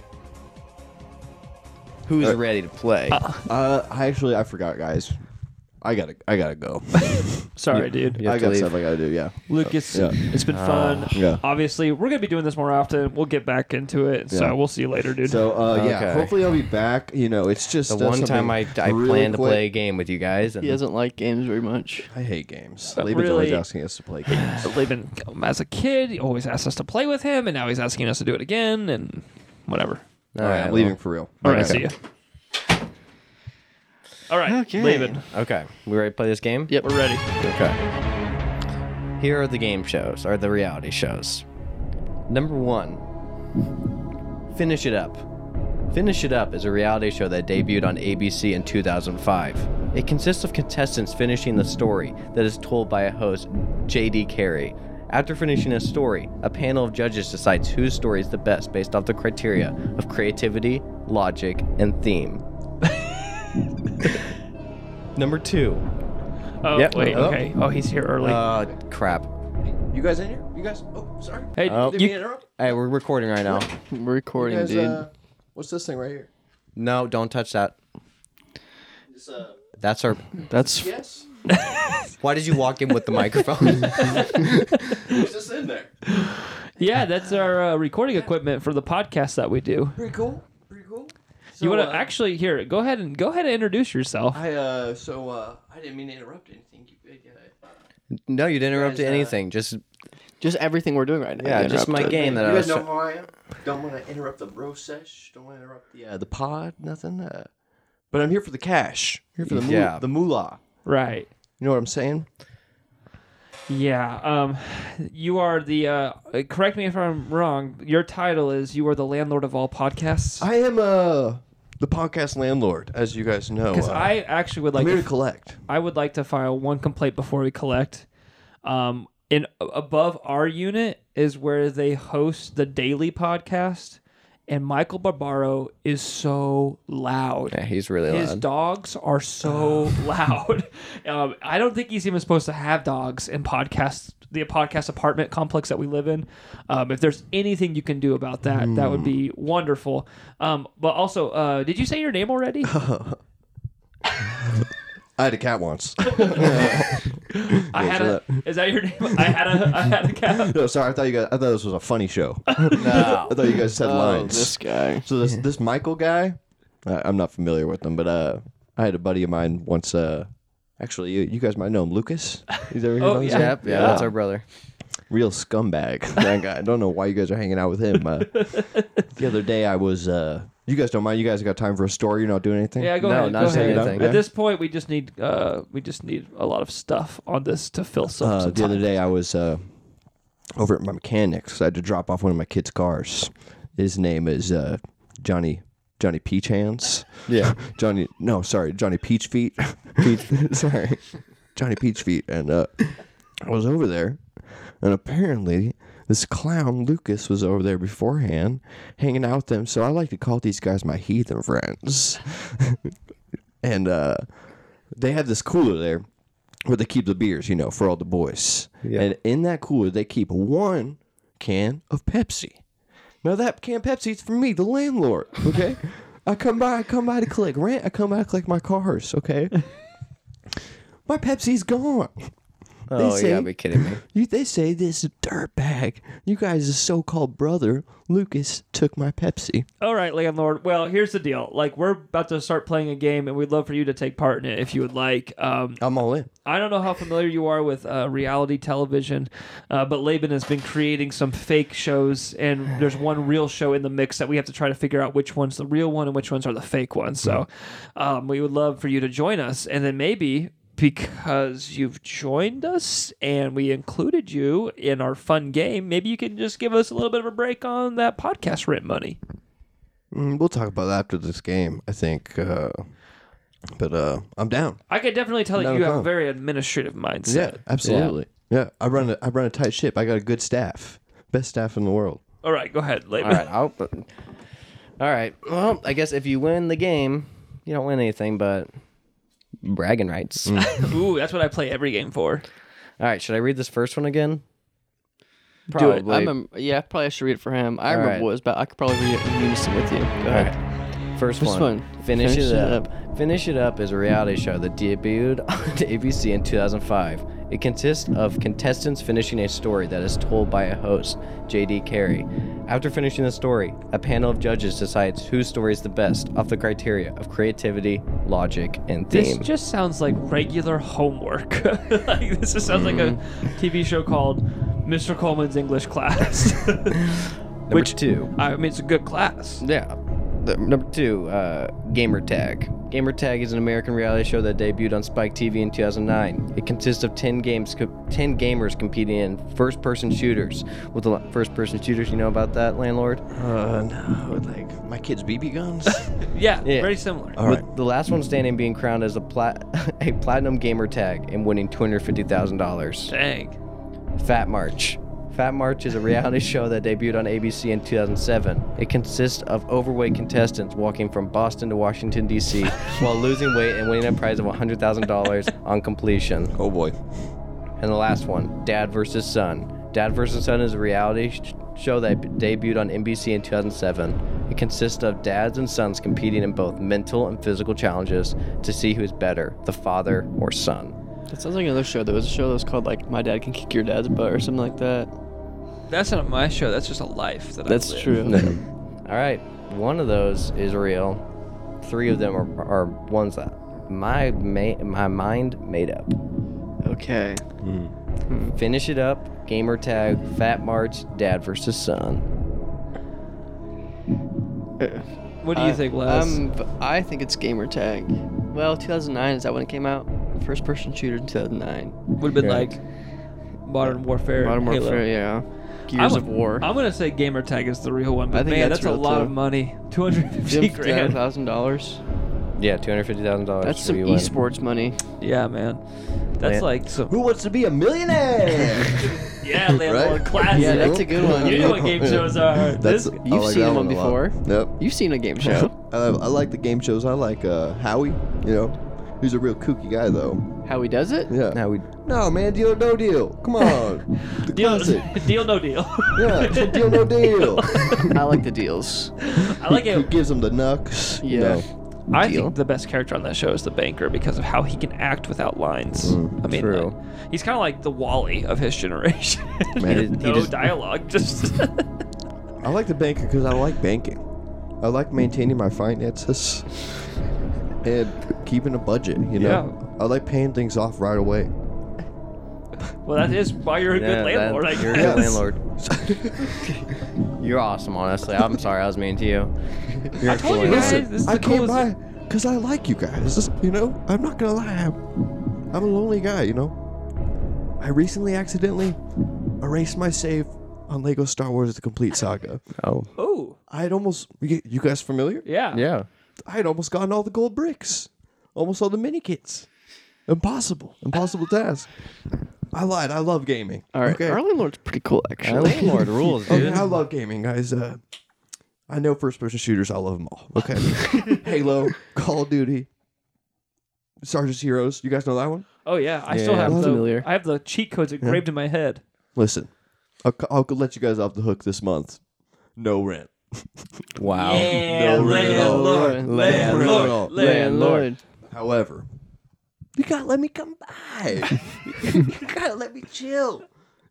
C: Who's ready to play?
F: uh, I actually I forgot, guys. I gotta *laughs* I gotta go.
B: Sorry, dude.
C: You have
F: I
C: to
F: got
C: leave.
F: stuff I gotta do. Yeah.
B: Lucas,
F: Yeah.
B: it's been fun.
F: Oh, Yeah.
B: Obviously, we're gonna be doing this more often. We'll get back into it.
F: Yeah.
B: So we'll see you later, dude.
F: So uh,
C: Okay.
F: yeah, hopefully I'll be back. You know, it's just
C: the
F: uh,
C: one time
F: something
C: I, I
F: really
C: plan to
F: quick-
C: play a game with you guys. And
D: he doesn't like games very much
F: I hate games.
C: Uh,
B: But
F: Laban's always
B: really-
F: asking us to play
C: *sighs*
F: games.
B: Laban, as a kid, he always asked us to play with him, and now he's asking us to do it again, and whatever.
F: All right, I'm leaving for real.
B: All right,
F: Okay.
B: see you. All right,
D: Okay.
B: Laban,
C: Okay, we ready to play this game?
D: Yep.
B: we're ready.
C: Okay. Here are the game shows, or the reality shows. Number one, Finish It Up. Finish It Up is a reality show that debuted on ABC in 2005. It consists of contestants finishing the story that is told by a host, J.D. Carey. After finishing a story, a panel of judges decides whose story is the best based off the criteria of creativity, logic, and theme.
B: *laughs*
C: Number two.
B: Oh
C: Yep.
B: wait,
C: Oh.
B: okay. Oh, he's here early.
C: Uh, crap.
F: You guys in here? You guys? Oh, sorry.
B: hey,
C: oh.
F: Did
B: you-
F: we interrupt?
C: Hey, we're recording right *laughs* now.
D: we're recording
F: You guys,
D: dude
F: uh, what's this thing right here?
C: No, don't touch that. That's our.
E: *laughs*
D: that's
F: Yes.
C: *laughs* Why did you walk in with the microphone?
F: What's this in there?
B: Yeah, that's our uh, recording equipment for the podcast that we do.
E: Pretty cool. Pretty cool. So,
B: you want to
E: uh,
B: actually here? Go ahead and go ahead and introduce yourself.
E: I uh, so uh, I didn't mean to interrupt anything. You, uh,
C: No, you didn't interrupt
E: Guys, uh,
C: anything. Just
D: Just everything we're doing right now.
C: yeah,
D: you
C: just my
D: interrupted.
C: game that I
E: you guys
C: was.
E: know how I am. Don't want to interrupt the roast sesh. Don't want to interrupt the uh, the pod. Nothing. Uh, but I'm here for the cash. Here for the mou-
C: Yeah.
E: the moolah.
B: Right.
E: You know what I'm saying?
B: Yeah. Um, you are the. Uh, correct me if I'm wrong. Your title is you are the landlord of all podcasts.
E: I am uh the podcast landlord, as you guys know.
B: Because
E: uh,
B: I actually would
E: I'm
B: like
E: here to
B: to,
E: collect.
B: I would like to file one complaint before we collect. Um, in above our unit is where they host the daily podcast, and Michael Barbaro is so loud.
C: Yeah, he's really
B: His
C: loud.
B: dogs are so loud. Um, I don't think he's even supposed to have dogs in podcast the podcast apartment complex that we live in. Um, if there's anything you can do about that, that would be wonderful. Um, but also, uh, did you say your name already?
E: I had a cat once.
B: I had a. Is that your name? I had a. I had a
E: *laughs*
B: cat.
E: no, sorry. I thought you guys. I thought this was a funny show.
C: No.
E: *laughs* I thought you guys said
D: Oh,
E: lines.
D: this guy.
E: So this this Michael guy, I, I'm not familiar with him, but uh, I had a buddy of mine once. Uh, actually, you, you guys might know him, Lucas. He's ever heard
B: Oh,
E: of him?
B: *laughs* yeah.
C: Yep, yeah, that's our brother.
E: real scumbag. *laughs* That guy. I don't know why you guys are hanging out with him. Uh, the other day, I was. Uh, you guys don't mind? You guys got time for a story? You're not doing anything?
B: Yeah, go
C: No,
B: ahead.
C: not
B: go
C: saying
B: ahead.
C: anything.
B: At this point, we just need. Uh, we just need a lot of stuff on this to fill some.
E: Uh,
B: some
E: the other
B: time.
E: day, I was uh, over at my mechanics. I had to drop off one of my kids' cars. His name is uh, Johnny Johnny Peach Hands. Yeah, *laughs* Johnny. No, sorry, Johnny Peach Feet. *laughs* sorry, Johnny Peach Feet. And uh, I was over there, and apparently this clown Lucas was over there beforehand, hanging out with them. So I like to call these guys my heathen friends. *laughs* and uh, they have this cooler there where they keep the beers, you know, for all the boys. And in that cooler, they keep one can of Pepsi. Now that can of Pepsi's for me, the landlord. Okay, I come by, I come by to collect rent. I come by to collect my cars. Okay, my Pepsi's gone.
C: Oh,
E: They
C: you gotta
E: say-
C: be kidding me.
E: You, they say this dirtbag, you guys' so-called brother Lucas took my Pepsi.
B: All right, landlord. Well, here's the deal. Like, we're about to start playing a game, and we'd love for you to take part in it if you would like. Um,
E: I'm all in.
B: I don't know how familiar you are with uh, reality television, uh, but Laban has been creating some fake shows, and there's one real show in the mix that we have to try to figure out which one's the real one and which ones are the fake ones. So um, we would love for you to join us, and then maybe because you've joined us and we included you in our fun game, maybe you can just give us a little bit of a break on that podcast rent money.
E: Mm, we'll talk about that after this game, I think. Uh, but uh, I'm down.
B: I could definitely tell that
E: No
B: you have a
E: problem.
B: very administrative mindset.
E: Yeah, absolutely. Yeah. I run a I run a tight ship. I got a good staff, best staff in the world.
B: All right, go ahead, Laban.
C: All right, I'll. But, all right. Well, I guess if you win the game, you don't win anything but bragging rights.
B: *laughs* Ooh, that's what I play every game for.
C: All right, should I read this first one again?
D: Do it. I remember, yeah, probably I should read it for him. I remember
C: right.
D: what it was about. I could probably read it in unison with you. Go
C: All
D: ahead.
C: right. First,
D: First
C: one.
D: one.
C: Finish, it, up. Finish it up is a reality show that debuted *laughs* on ABC in 2005. It consists of contestants finishing a story that is told by a host, J.D. Carey. After finishing the story, a panel of judges decides whose story is the best off the criteria of creativity, logic, and
B: This
C: theme.
B: just sounds like regular homework. *laughs* like this just sounds like a
D: Mm.
B: TV show called Mr. Coleman's English Class. *laughs*
C: Number
B: Which
C: two.
B: I mean, it's a good class.
C: Yeah. The- number two, uh, Gamertag. Gamertag is an American reality show that debuted on Spike TV in 2009. It consists of 10 games, co- 10 gamers competing in first-person shooters. With the first-person shooters, you know about that, landlord.
E: Uh, no, like my kids' BB guns.
B: Yeah,
C: Yeah.
B: very similar.
E: *laughs* All
C: With
E: right.
C: the last one standing being crowned as a plat *laughs* a platinum Gamertag and winning $250,000.
B: Dang.
C: Fat March. Fat March is a reality *laughs* show that debuted on ABC in 2007. It consists of overweight contestants walking from Boston to Washington, D.C., while losing weight and winning a prize of $100,000 on completion.
E: oh boy.
C: And the last one, Dad versus Son. Dad versus Son is a reality sh- show that debuted on NBC in 2007. It consists of dads and sons competing in both mental and physical challenges to see who is better, the father or son.
D: That sounds like another show. There was a show that was called like My Dad Can Kick Your Dad's Butt or something like that.
B: That's not my show. That's just a life that I
D: That's
B: live.
D: true.
C: All right, one of those is real. Three of them are, are ones that my ma- my mind made up.
D: *laughs* okay.
C: Finish it up. Gamer tag: Fat March, Dad versus Son.
B: What do you think, Les?
D: Um, v- I think it's gamer tag. Well, 2009 is that when it came out? First person shooter in 2009.
B: Would have been
C: correct.
B: like Modern Warfare.
D: Modern
B: and Halo.
D: Warfare, yeah. Gears
B: I'm-
D: of War.
B: I'm gonna say gamertag is the real one, but
D: I think
B: man,
D: that's
B: that's, a
D: real,
B: lot
D: too.
B: of money. *laughs* Two hundred fifty grand.
D: thousand dollars.
C: Yeah, two hundred fifty thousand dollars.
D: That's some esports money.
B: Yeah, man. That's
C: Yeah.
B: like some. *laughs*
E: Who wants to be a millionaire? *laughs*
B: Yeah, landlord
E: Right?
B: classic.
D: Yeah, that's a good one.
B: You know what game shows are.
E: That's,
B: This-
E: I
D: you've
E: like
D: seen
E: that
D: one
E: a lot.
D: before.
E: Yep.
D: You've seen a game *laughs* show.
E: *laughs* I, I like the game shows. I like uh, Howie. You know, he's a real kooky guy though.
D: How he does it?
E: Yeah.
C: Now we
E: No man, deal or no deal. Come on, the
B: Deal,
E: classic.
B: *laughs* deal, no deal. *laughs*
E: Yeah, deal no deal.
D: I like the deals.
B: I like
E: Who
B: it.
E: gives him the knucks? you
D: Yeah.
E: know.
B: I think the best character on that show is the banker because of how he can act without lines. I mean,
C: true.
B: like, he's kind of like the Wally of his generation.
E: Man,
C: he
B: *laughs* no
C: just-
B: dialogue, just
E: I like the banker because I like banking. I like maintaining my finances and keeping a budget. You know, I like paying things off right away.
B: well, that is why you're a
C: Yeah,
B: good landlord.
C: that-
B: I
C: You're a
B: guess.
C: good landlord.
B: *laughs*
C: you're awesome, honestly. I'm sorry I was mean to you. You're
B: I told you
C: excellent.
B: guys
E: Listen,
B: this is
E: I
B: the
E: came
B: coolest.
E: by because I like you guys. You know, I'm not gonna lie. I'm, I'm a lonely guy. You know, I recently accidentally erased my save on Lego Star Wars: The
B: *laughs*
E: Complete Saga.
C: Oh,
B: Oh,
E: I had almost. You you guys familiar?
B: yeah.
C: yeah.
E: I had almost gotten all the gold bricks, almost all the mini kits. Impossible, impossible task. I lied. I love gaming.
D: All right,
E: Okay.
D: our landlord's pretty cool
C: Our
D: actually.
C: landlord rules, dude.
E: Okay, I love gaming, guys. Uh, I know first-person shooters. I love them all. Okay, Halo, Call of Duty, Sergeant's Heroes. You guys know that one?
B: Oh yeah, I still
C: Yeah.
B: have the
D: That's familiar.
B: I have the cheat codes engraved in my head.
E: Listen, I'll, c- I'll let you guys off the hook this month. No rent.
C: *laughs* Wow.
B: Yeah,
D: landlord,
E: landlord,
D: Landlord.
E: However, you gotta let me come by. you gotta let me chill.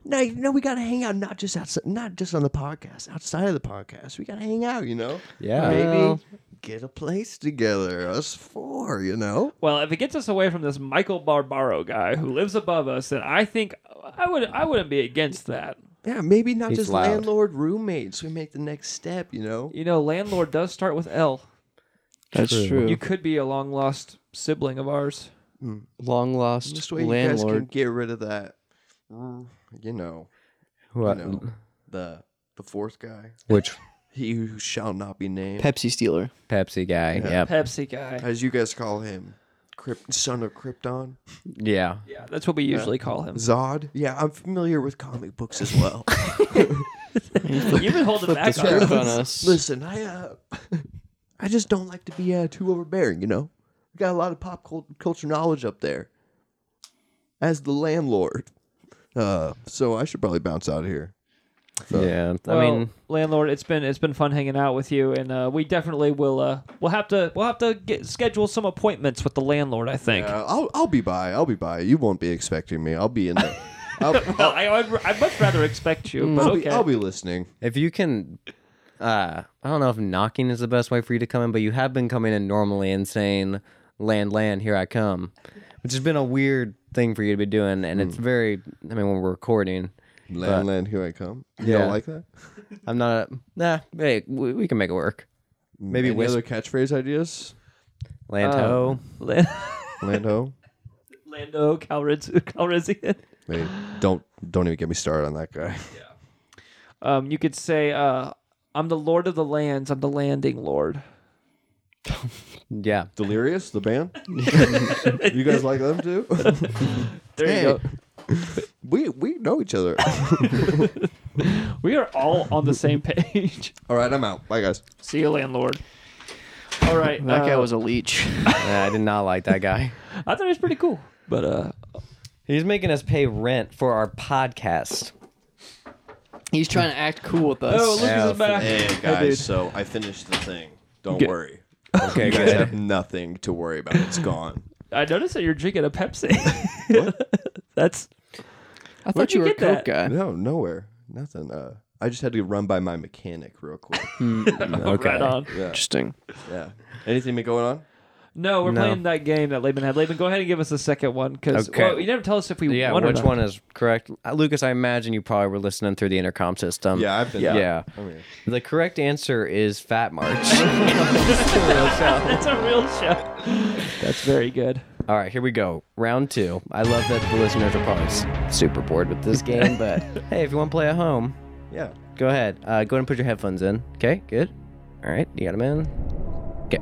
E: Now you know we gotta hang out, not just outside, not just on the podcast. Outside of the podcast, we gotta hang out. You know,
C: Yeah.
E: maybe get a place together, us four. You know,
B: Well, if it gets us away from this Michael Barbaro guy who lives above us, then I think I would I wouldn't be against that.
E: yeah, maybe not
C: He's
E: just
C: loud.
E: landlord roommates. We make the next step. You know,
B: You know, landlord does start with L.
D: That's true.
B: You could be a long lost sibling of ours.
D: Long
E: just
D: lost
E: way you guys can
D: landlord.
E: get rid of that. mm, You know, you
C: What?
E: know the the fourth guy,
C: Which
E: he who shall not be named.
D: Pepsi stealer.
C: Pepsi guy? Yeah.
B: Pepsi guy.
E: as you guys call him, Kryp- son of Krypton,
C: Yeah.
B: Yeah, that's what we usually call him.
E: Zod. Yeah, I'm familiar with comic books as well.
B: *laughs* You've been holding *laughs* back on
D: Jerk
B: us.
D: on us.
E: Listen, I uh, *laughs* I just don't like to be uh, too overbearing. You know, I got a lot of pop cul- culture knowledge up there. As the landlord, uh, so I should probably bounce out of here.
C: Yeah. I
B: Well,
C: mean,
B: landlord, it's been it's been fun hanging out with you, and uh, we definitely will. Uh, we'll have to we'll have to get, schedule some appointments with the landlord. I think.
E: Uh, I'll I'll be by. I'll be by. You won't be expecting me. I'll be in the. *laughs*
C: *laughs*
E: I'll,
B: Well, I, I'd, I'd much rather expect you, but
E: I'll,
B: okay.
E: be, I'll be listening.
C: if you can, uh, I don't know if knocking is the best way for you to come in, but you have been coming in normally and saying, "Land, land, here I come," which has been a weird thing for you to be doing, and it's very. I mean, when we're recording,
E: Land, land, here I come. You
C: Yeah.
E: don't like that?
C: I'm not. A, nah. Hey, we, we can make it work. Maybe
E: Any
C: whisp-
E: other catchphrase ideas?
C: Land ho.
B: Lan-
E: Lando.
B: Lando Calriss- *laughs* Calrissian.
E: Wait, don't don't even get me started on
C: *laughs*
E: that guy.
B: Um, you could say, uh, "I'm the Lord of the Lands. I'm the Landing Lord."
C: Yeah.
E: Delirious, the
C: *laughs*
E: band. you guys like them too?
B: There you go.
E: We we know each *laughs* other.
B: We are all on the same *laughs* page.
E: All right, I'm out. Bye guys.
B: See you, landlord. All right,
D: That guy
B: uh,
D: was a leech. *laughs*
C: I did not like that guy.
B: I thought it was pretty cool, but uh,
C: He's making us pay rent for our podcast.
D: He's trying to act cool with us.
B: oh, look at his back. dude.
E: so I finished the thing. Don't
B: Good.
E: worry.
C: Okay,
E: You guys have nothing to worry about. It's gone.
B: I noticed that you're drinking a Pepsi. That's
D: I
B: Where'd *laughs*
D: thought you
B: you
D: were a
B: get that?
D: Coke guy.
E: *laughs* No, nowhere. Nothing. Uh, I just had to run by my mechanic real quick.
B: Okay. Right on.
D: Interesting.
E: *laughs* yeah. Anything been going on?
B: No, we're playing that game that Laban had. Laban, go ahead and give us the second one because
C: Okay.
B: well, you never tell us if we
C: Yeah,
B: won or
C: which
B: not.
C: one is correct? Uh, Lucas, I imagine you probably were listening through the intercom system.
E: Yeah, I've been.
C: Yeah.
E: Okay.
C: The correct answer is Fat March.
B: *laughs*
E: *laughs*
B: That's a real show. That's very good.
C: All right, here we go. Round two. I love that the listeners are probably s- super bored with this game, but hey, if you want to play at home,
E: Yeah.
C: go ahead. Uh, go ahead and put your headphones in. Okay, good. All right, you got them in. Okay.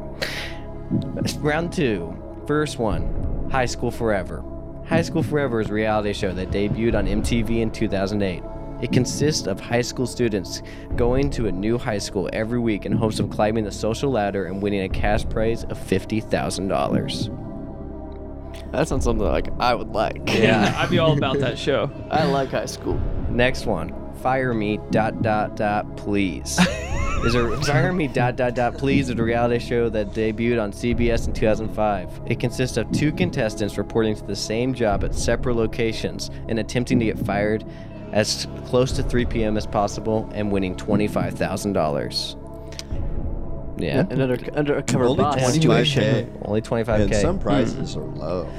C: Round two. First one High School Forever. High School Forever is a reality show that debuted on MTV in 2008. It consists of high school students going to a new high school every week in hopes of climbing the social ladder and winning a cash prize of $50,000.
D: That sounds something like I would like.
B: Yeah, I'd be all about that show.
D: *laughs* I like high school.
C: Next one. Fire me dot dot dot please. Is a Fire Me dot dot dot please is a reality show that debuted on CBS in 2005. It consists of two contestants reporting to the same job at separate locations and attempting to get fired as close to 3 p.m. as possible and winning $25,000. Yeah.
D: An under, undercover
E: Only
D: boss
E: 25K.
D: situation.
C: Only 25k.
E: And some prices are low.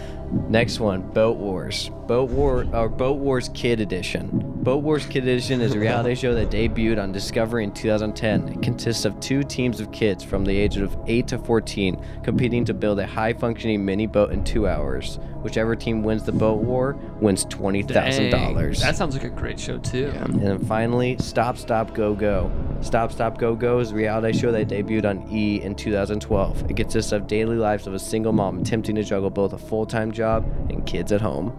C: Next one, Boat Wars. Boat War or Boat Wars Kid Edition. Boat Wars Kid Edition is a reality show that debuted on Discovery in 2010. It consists of two teams of kids from the age of 8 to 14 competing to build a high-functioning mini boat in 2 hours. Whichever team wins the boat war wins $20,000.
B: That sounds like a great show too.
C: And then finally, Stop Stop Go Go. Stop Stop Go Go is a reality show that debuted on E in 2012. It consists of daily lives of a single mom attempting to juggle both a full time job and kids at home.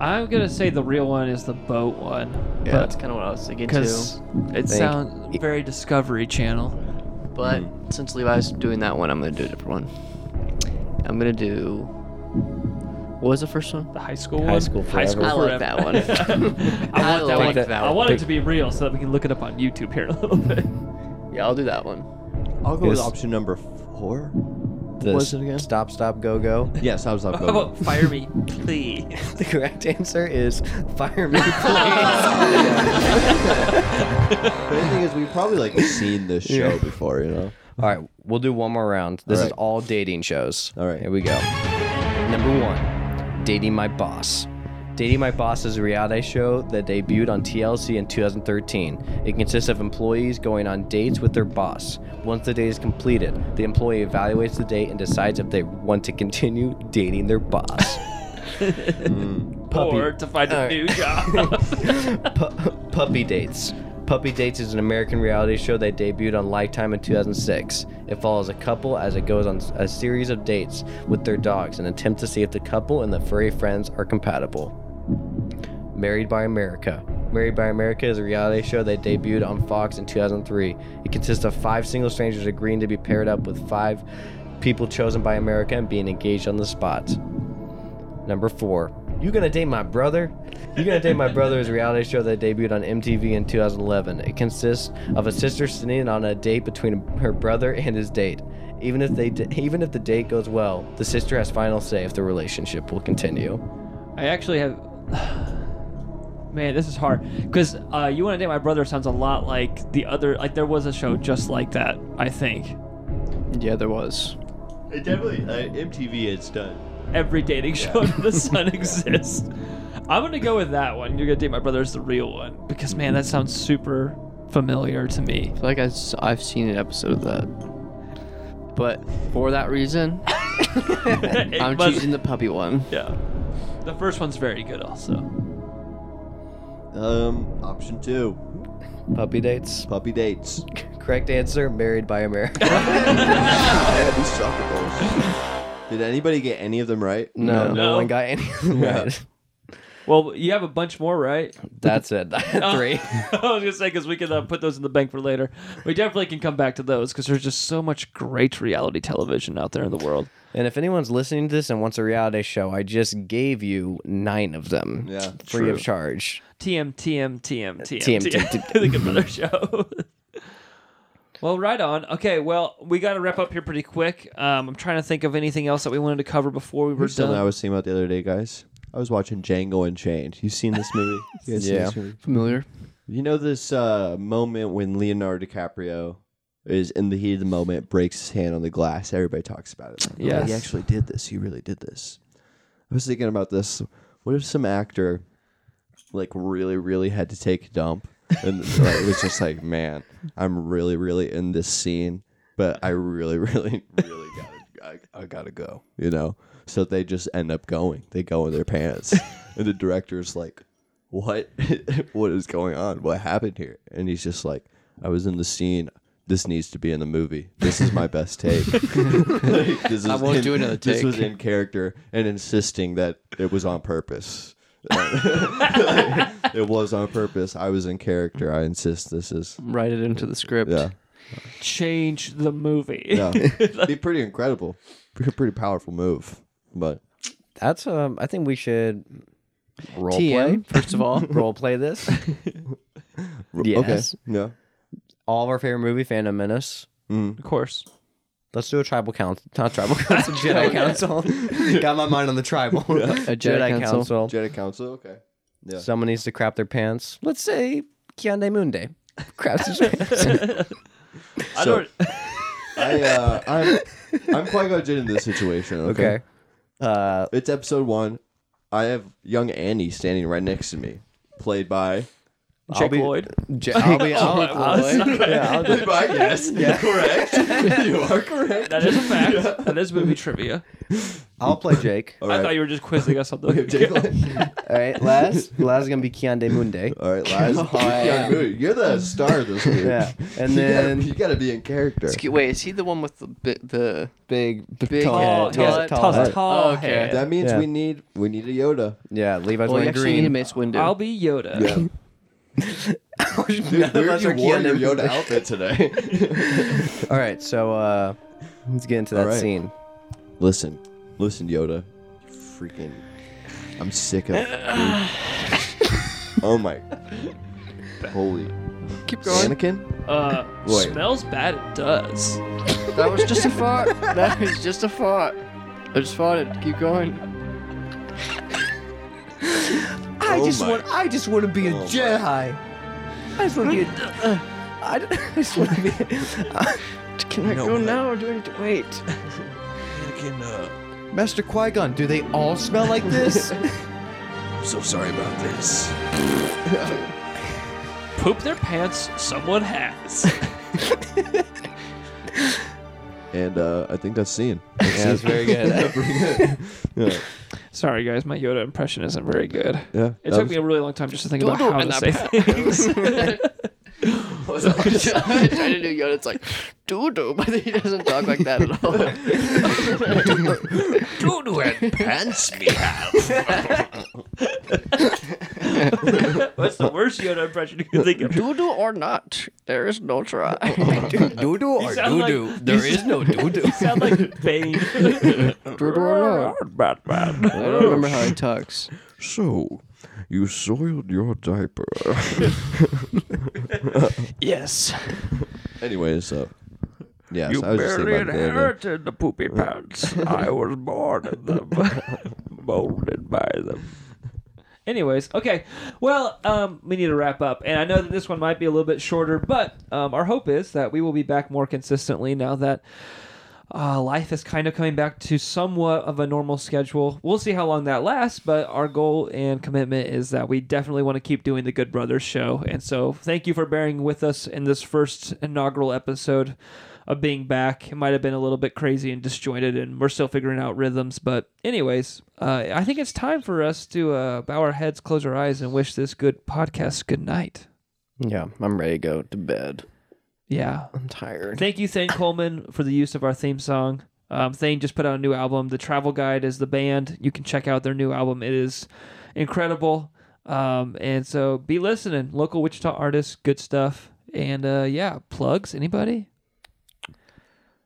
B: I'm gonna say the real one is the boat one.
D: Yeah, that's kind of what I was thinking
B: because
D: too.
B: it sounds very Discovery Channel.
D: But since Levi's doing that one, I'm gonna do a different one. I'm gonna do. What was the first one?
B: The high school
C: High
B: one.
C: school
B: High school
D: I
C: forever.
D: like
B: forever.
D: that *laughs* one.
B: I
D: I
B: want that
D: like
B: one.
D: that
B: I
D: one.
B: want it to be real so that we can look it up on YouTube here in a little bit.
D: Yeah, I'll do that one.
E: I'll go with
C: Yes.
E: option number four.
C: The
E: What was it again?
C: Stop Stop Go Go. *laughs*
E: Yes, I was up.
B: Oh, fire me, please. *laughs*
C: the correct answer is Fire
E: *laughs*
C: Me.
E: The thing is, we've probably like seen this show before, you know.
C: All right, we'll do one more round. This
E: All
C: is
E: right.
C: all dating shows.
E: All right.
C: here we go. Number one, Dating My Boss. Dating My Boss is a reality show that debuted on TLC in 2013. It consists of employees going on dates with their boss. Once the date is completed, the employee evaluates the date and decides if they want to continue dating their boss. *laughs* Puppy.
B: Or to find a
C: Alright.
B: new
C: *laughs*
B: job.
C: Pu- Puppy Dates. Puppy Dates is an American reality show that debuted on Lifetime in 2006. It follows a couple as it goes on a series of dates with their dogs and attempts to see if the couple and the furry friends are compatible. Married by America. Married by America is a reality show that debuted on Fox in 2003. It consists of five single strangers agreeing to be paired up with five people chosen by America and being engaged on the spot. Number four. You gonna date my brother? You gonna date my brother is a reality show that debuted on MTV in 2011. It consists of a sister sitting on a date between her brother and his date. Even if they, d- even if the date goes well, the sister has final say if the relationship will continue.
B: I actually have. *sighs* Man, this is hard because uh, "You Want to Date My Brother" sounds a lot like the other. Like there was a show just like that, I think.
D: Yeah, there was.
E: It definitely uh, MTV. It's done.
B: Every dating show under the
D: *laughs*
B: sun exists. I'm gonna go with that one. You're gonna date my brother is the real one because man, that sounds super familiar to me.
D: I feel like I s- I've seen an episode of that. But for that reason,
B: It
D: I'm
B: must-
D: choosing the puppy one.
B: Yeah, the first one's very good also.
D: Mm-hmm.
E: Um, option two,
C: Puppy dates.
E: puppy dates.
C: Correct answer: Married by
D: *laughs*
C: America.
E: Man, we suck at those. *laughs* Did anybody get any of them right?
C: No, no,
B: No.
C: one got any. Right.
B: Well, you have a bunch more,
D: *laughs*
B: right?
C: That's it.
B: Oh.
C: Three.
B: *laughs* I was gonna say because we can uh, put those in the bank for later. We definitely can come back to those because there's just so much great reality television out there in the world.
C: And if anyone's listening to this and wants a reality show, I just gave you nine of them.
E: Yeah,
C: Free of charge.
B: TM TM TM TM *laughs*
C: TM.
B: the Good Brother Show. *laughs* well, right on. Okay, well, we got to wrap up here pretty quick. Um, I'm trying to think of anything else that we wanted to cover before we were
E: Something I
B: done.
E: was thinking about the other day, guys. I was watching Django Unchained. You seen this
C: *laughs*
E: movie? You guys seen
C: Yeah.
E: this movie?
D: Familiar.
E: You know this uh, moment when Leonardo DiCaprio is in the heat of the moment, breaks his hand on the glass. Everybody talks about it. Like, "Oh,
B: Yes.
E: he actually did this. He really did this. I was thinking about this. What if some actor, like, really, really had to take a dump, and like, it was just like, man, I'm really, really in this scene, but I really, *laughs* really, really gotta, I, I gotta go. You know. So they just end up going. They go in their pants, and the director's like, what *laughs* what is going on what happened here and he's just like i was in the scene this needs to be in the movie this is my best take Like, this
D: I
E: is
D: won't
E: in-
D: do another
E: this was
D: take.
E: in character and insisting that it was on
D: *laughs*
E: purpose it was on purpose i was in character i insist this is
D: Write it into the script. *laughs*
E: yeah
B: Change the movie.
E: yeah be pretty incredible pretty, pretty powerful move but
C: That's um. I think we should role play.
D: TM, first of all.
C: Role play this.
D: Yes.
E: okay yeah
C: All of our favorite movie, Phantom Menace.
B: *laughs* Of course.
C: Let's do a tribal council. Not tribal council. Jedi council. Got my mind on the tribal.
D: A Jedi council.
E: jedi council okay yeah
C: Someone needs to crap their pants. Let's say Kiande Munde craps his pants.
B: I
E: So- *laughs*
B: don't.
E: I, uh, I'm, I'm quite legit in this situation. Okay?
C: okay. Uh,
E: It's episode one. I have young Annie standing right next to me, played by.
B: Jake Lloyd.
C: J- I'll be. I'll,
B: That was-
E: Played by, *laughs* yes. Correct. you are correct.
B: that is a fact. That is movie trivia.
C: I'll play Jake.
E: All
B: I thought
E: right.
B: you were just quizzing us on the
E: Jake Lloyd.
C: All right. Last. Last is gonna be Kiande Munde.
E: All right, Laz.
C: *laughs*
E: young dude, You're the star of this week. *laughs*
C: Yeah. And
E: You gotta-
C: then
E: you gotta, be in character.
D: Excuse- Wait, is he the one with the bi- the
C: big,
D: big
B: Tall,
D: head?
B: yeah, tall,
C: head.
B: tall
D: Okay.
B: head.
E: That means
C: Yeah.
E: we need we need
C: *laughs*
E: a Yoda.
C: Yeah, Levi's
D: Well, you
C: wearing
D: actually need a
C: green.
D: Mace Windu.
B: I'll be Yoda.
E: Dude,
C: None of
E: where
C: us
E: you
C: are
E: wore your
C: Keanu Reeves.
E: Yoda
C: *laughs*
E: outfit today?
C: All right, so uh, let's get into that
E: All right.
C: scene.
E: Listen, listen, Yoda. You freaking. I'm sick of. it, dude. oh my. Holy.
D: keep
E: Anakin?
B: Uh,
E: Wait.
B: smells bad. It does.
D: That was *laughs* just a fart. That was just a fart. I just farted. Keep going.
C: I
E: Oh
C: just
E: my-
C: want, I just want to be a
E: Oh my.
C: Jedi. I just want to be. A, I, d- *laughs* I just want to be.
D: Can I go now or do I need to *laughs* wait?
E: Anakin, uh,
C: Master Qui Gon. Do they all smell like *laughs* this?
E: I'm so sorry about this.
B: Poop their pants. Someone has.
E: And uh, I think that's scene.
C: yeah, that's very good.
E: Yeah.
B: Sorry guys, my Yoda impression isn't very good.
E: yeah
B: It took me a really long time just to think about
D: Dodo
B: how
D: and
B: to
D: a
B: say things.
D: *laughs* I tried to do Yoda. It's like doo-doo, but he doesn't talk like that at all. *laughs*
B: Dodo *laughs* and
E: pants me
B: *laughs*
E: out.
B: What's the worst Yoda impression you can think of?
D: Doo-doo or not, there is no *laughs* try.
C: doo doo or
B: sound
C: doo
B: like-
C: doo? there is no doo doo.
B: You *laughs* sound like *laughs* Bane.
D: doo-doo or not.
B: Batman.
D: I don't remember how he talks.
E: So, you soiled your diaper. *laughs*
B: Yes.
E: anyway, so. uh, Yes,
A: You
E: I was just
A: barely
E: thinking about Yoda.
A: inherited the poopy pants. I was born in
E: *laughs*
A: them, molded by them.
B: Anyways, okay. Well, um, we need to wrap up, and I know that this one might be a little bit shorter, but um, our hope is that we will be back more consistently now that uh, life is kind of coming back to somewhat of a normal schedule. We'll see how long that lasts, but our goal and commitment is that we definitely want to keep doing the Good Brothers show. And so, thank you for bearing with us in this first inaugural episode of being back. It might have been a little bit crazy and disjointed, and we're still figuring out rhythms. But, anyways, uh, I think it's time for us to uh, bow our heads, close our eyes, and wish this good podcast good night.
C: *laughs* Yeah, I'm ready to go to bed.
B: Yeah.
C: I'm tired.
B: Thank you, Thane Coleman, for the use of our theme song. Um, Thane just put out a new album. The Travel Guide is the band. You can check out their new album. It is incredible. Um, and so be listening. Local Wichita artists, good stuff. And uh, yeah, plugs. Anybody?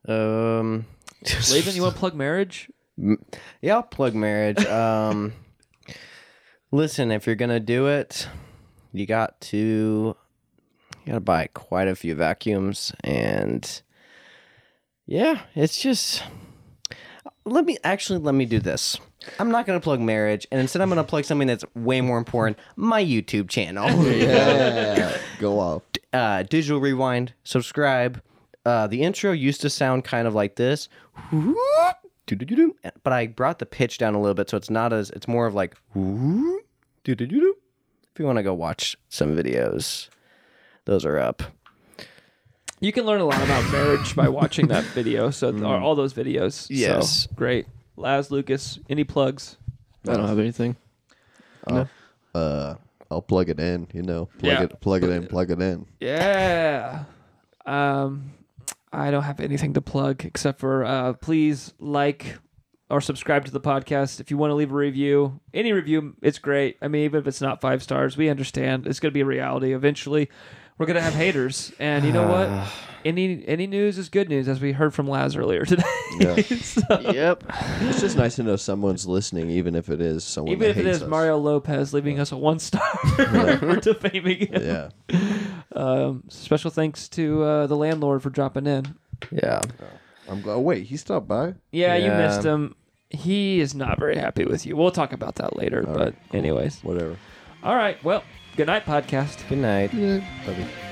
C: Um,
B: Laven, you want to plug marriage?
C: Yeah, I'll plug marriage. Um, listen, if you're gonna do it, you got to you gotta buy quite a few vacuums, and yeah, it's just. Let me actually let me do this. I'm not gonna plug marriage, and instead I'm gonna plug something that's way more important: my YouTube channel.
E: Yeah. Go off.
C: uh, digital rewind subscribe uh, the intro used to sound kind of like this *laughs* Doo-doo-doo-doo. but i brought the pitch down a little bit so it's not as it's more of like *laughs* doo-doo-doo-doo. if you want to go watch some videos those are up
B: You can learn a lot about marriage by watching that video. *laughs* So th- all those videos. So,
D: Yes.
B: great. Laz Lucas, any plugs?
D: I don't have anything.
E: Uh, I'll plug it in. You know, plug
B: Yeah.
E: it, plug it in, plug it in.
B: Yeah. Um, I don't have anything to plug except for uh, please like or subscribe to the podcast. If you want to leave a review, any review, it's great. I mean, even if it's not five stars, we understand it's going to be a reality eventually. We're going to have haters, and you know
E: *sighs*
B: what? Any any news is good news, as we heard from Laz earlier today. So,
D: Yep.
E: It's just nice to know someone's listening, even if it is someone.
B: *laughs* even
E: that
B: if it
E: hates
B: is
E: us.
B: Mario Lopez leaving us a one star, *laughs* we're defaming him.
E: Yeah.
B: Um, special thanks to uh, the landlord for dropping in.
C: yeah
E: I'm glad. Oh, wait, he stopped by.
B: Yeah, you
C: Yeah.
B: missed him. He is not very happy with you. We'll talk about that later. but anyways,
E: Whatever.
B: all right. Well, good night, podcast.
C: good night
E: Yeah. Love you.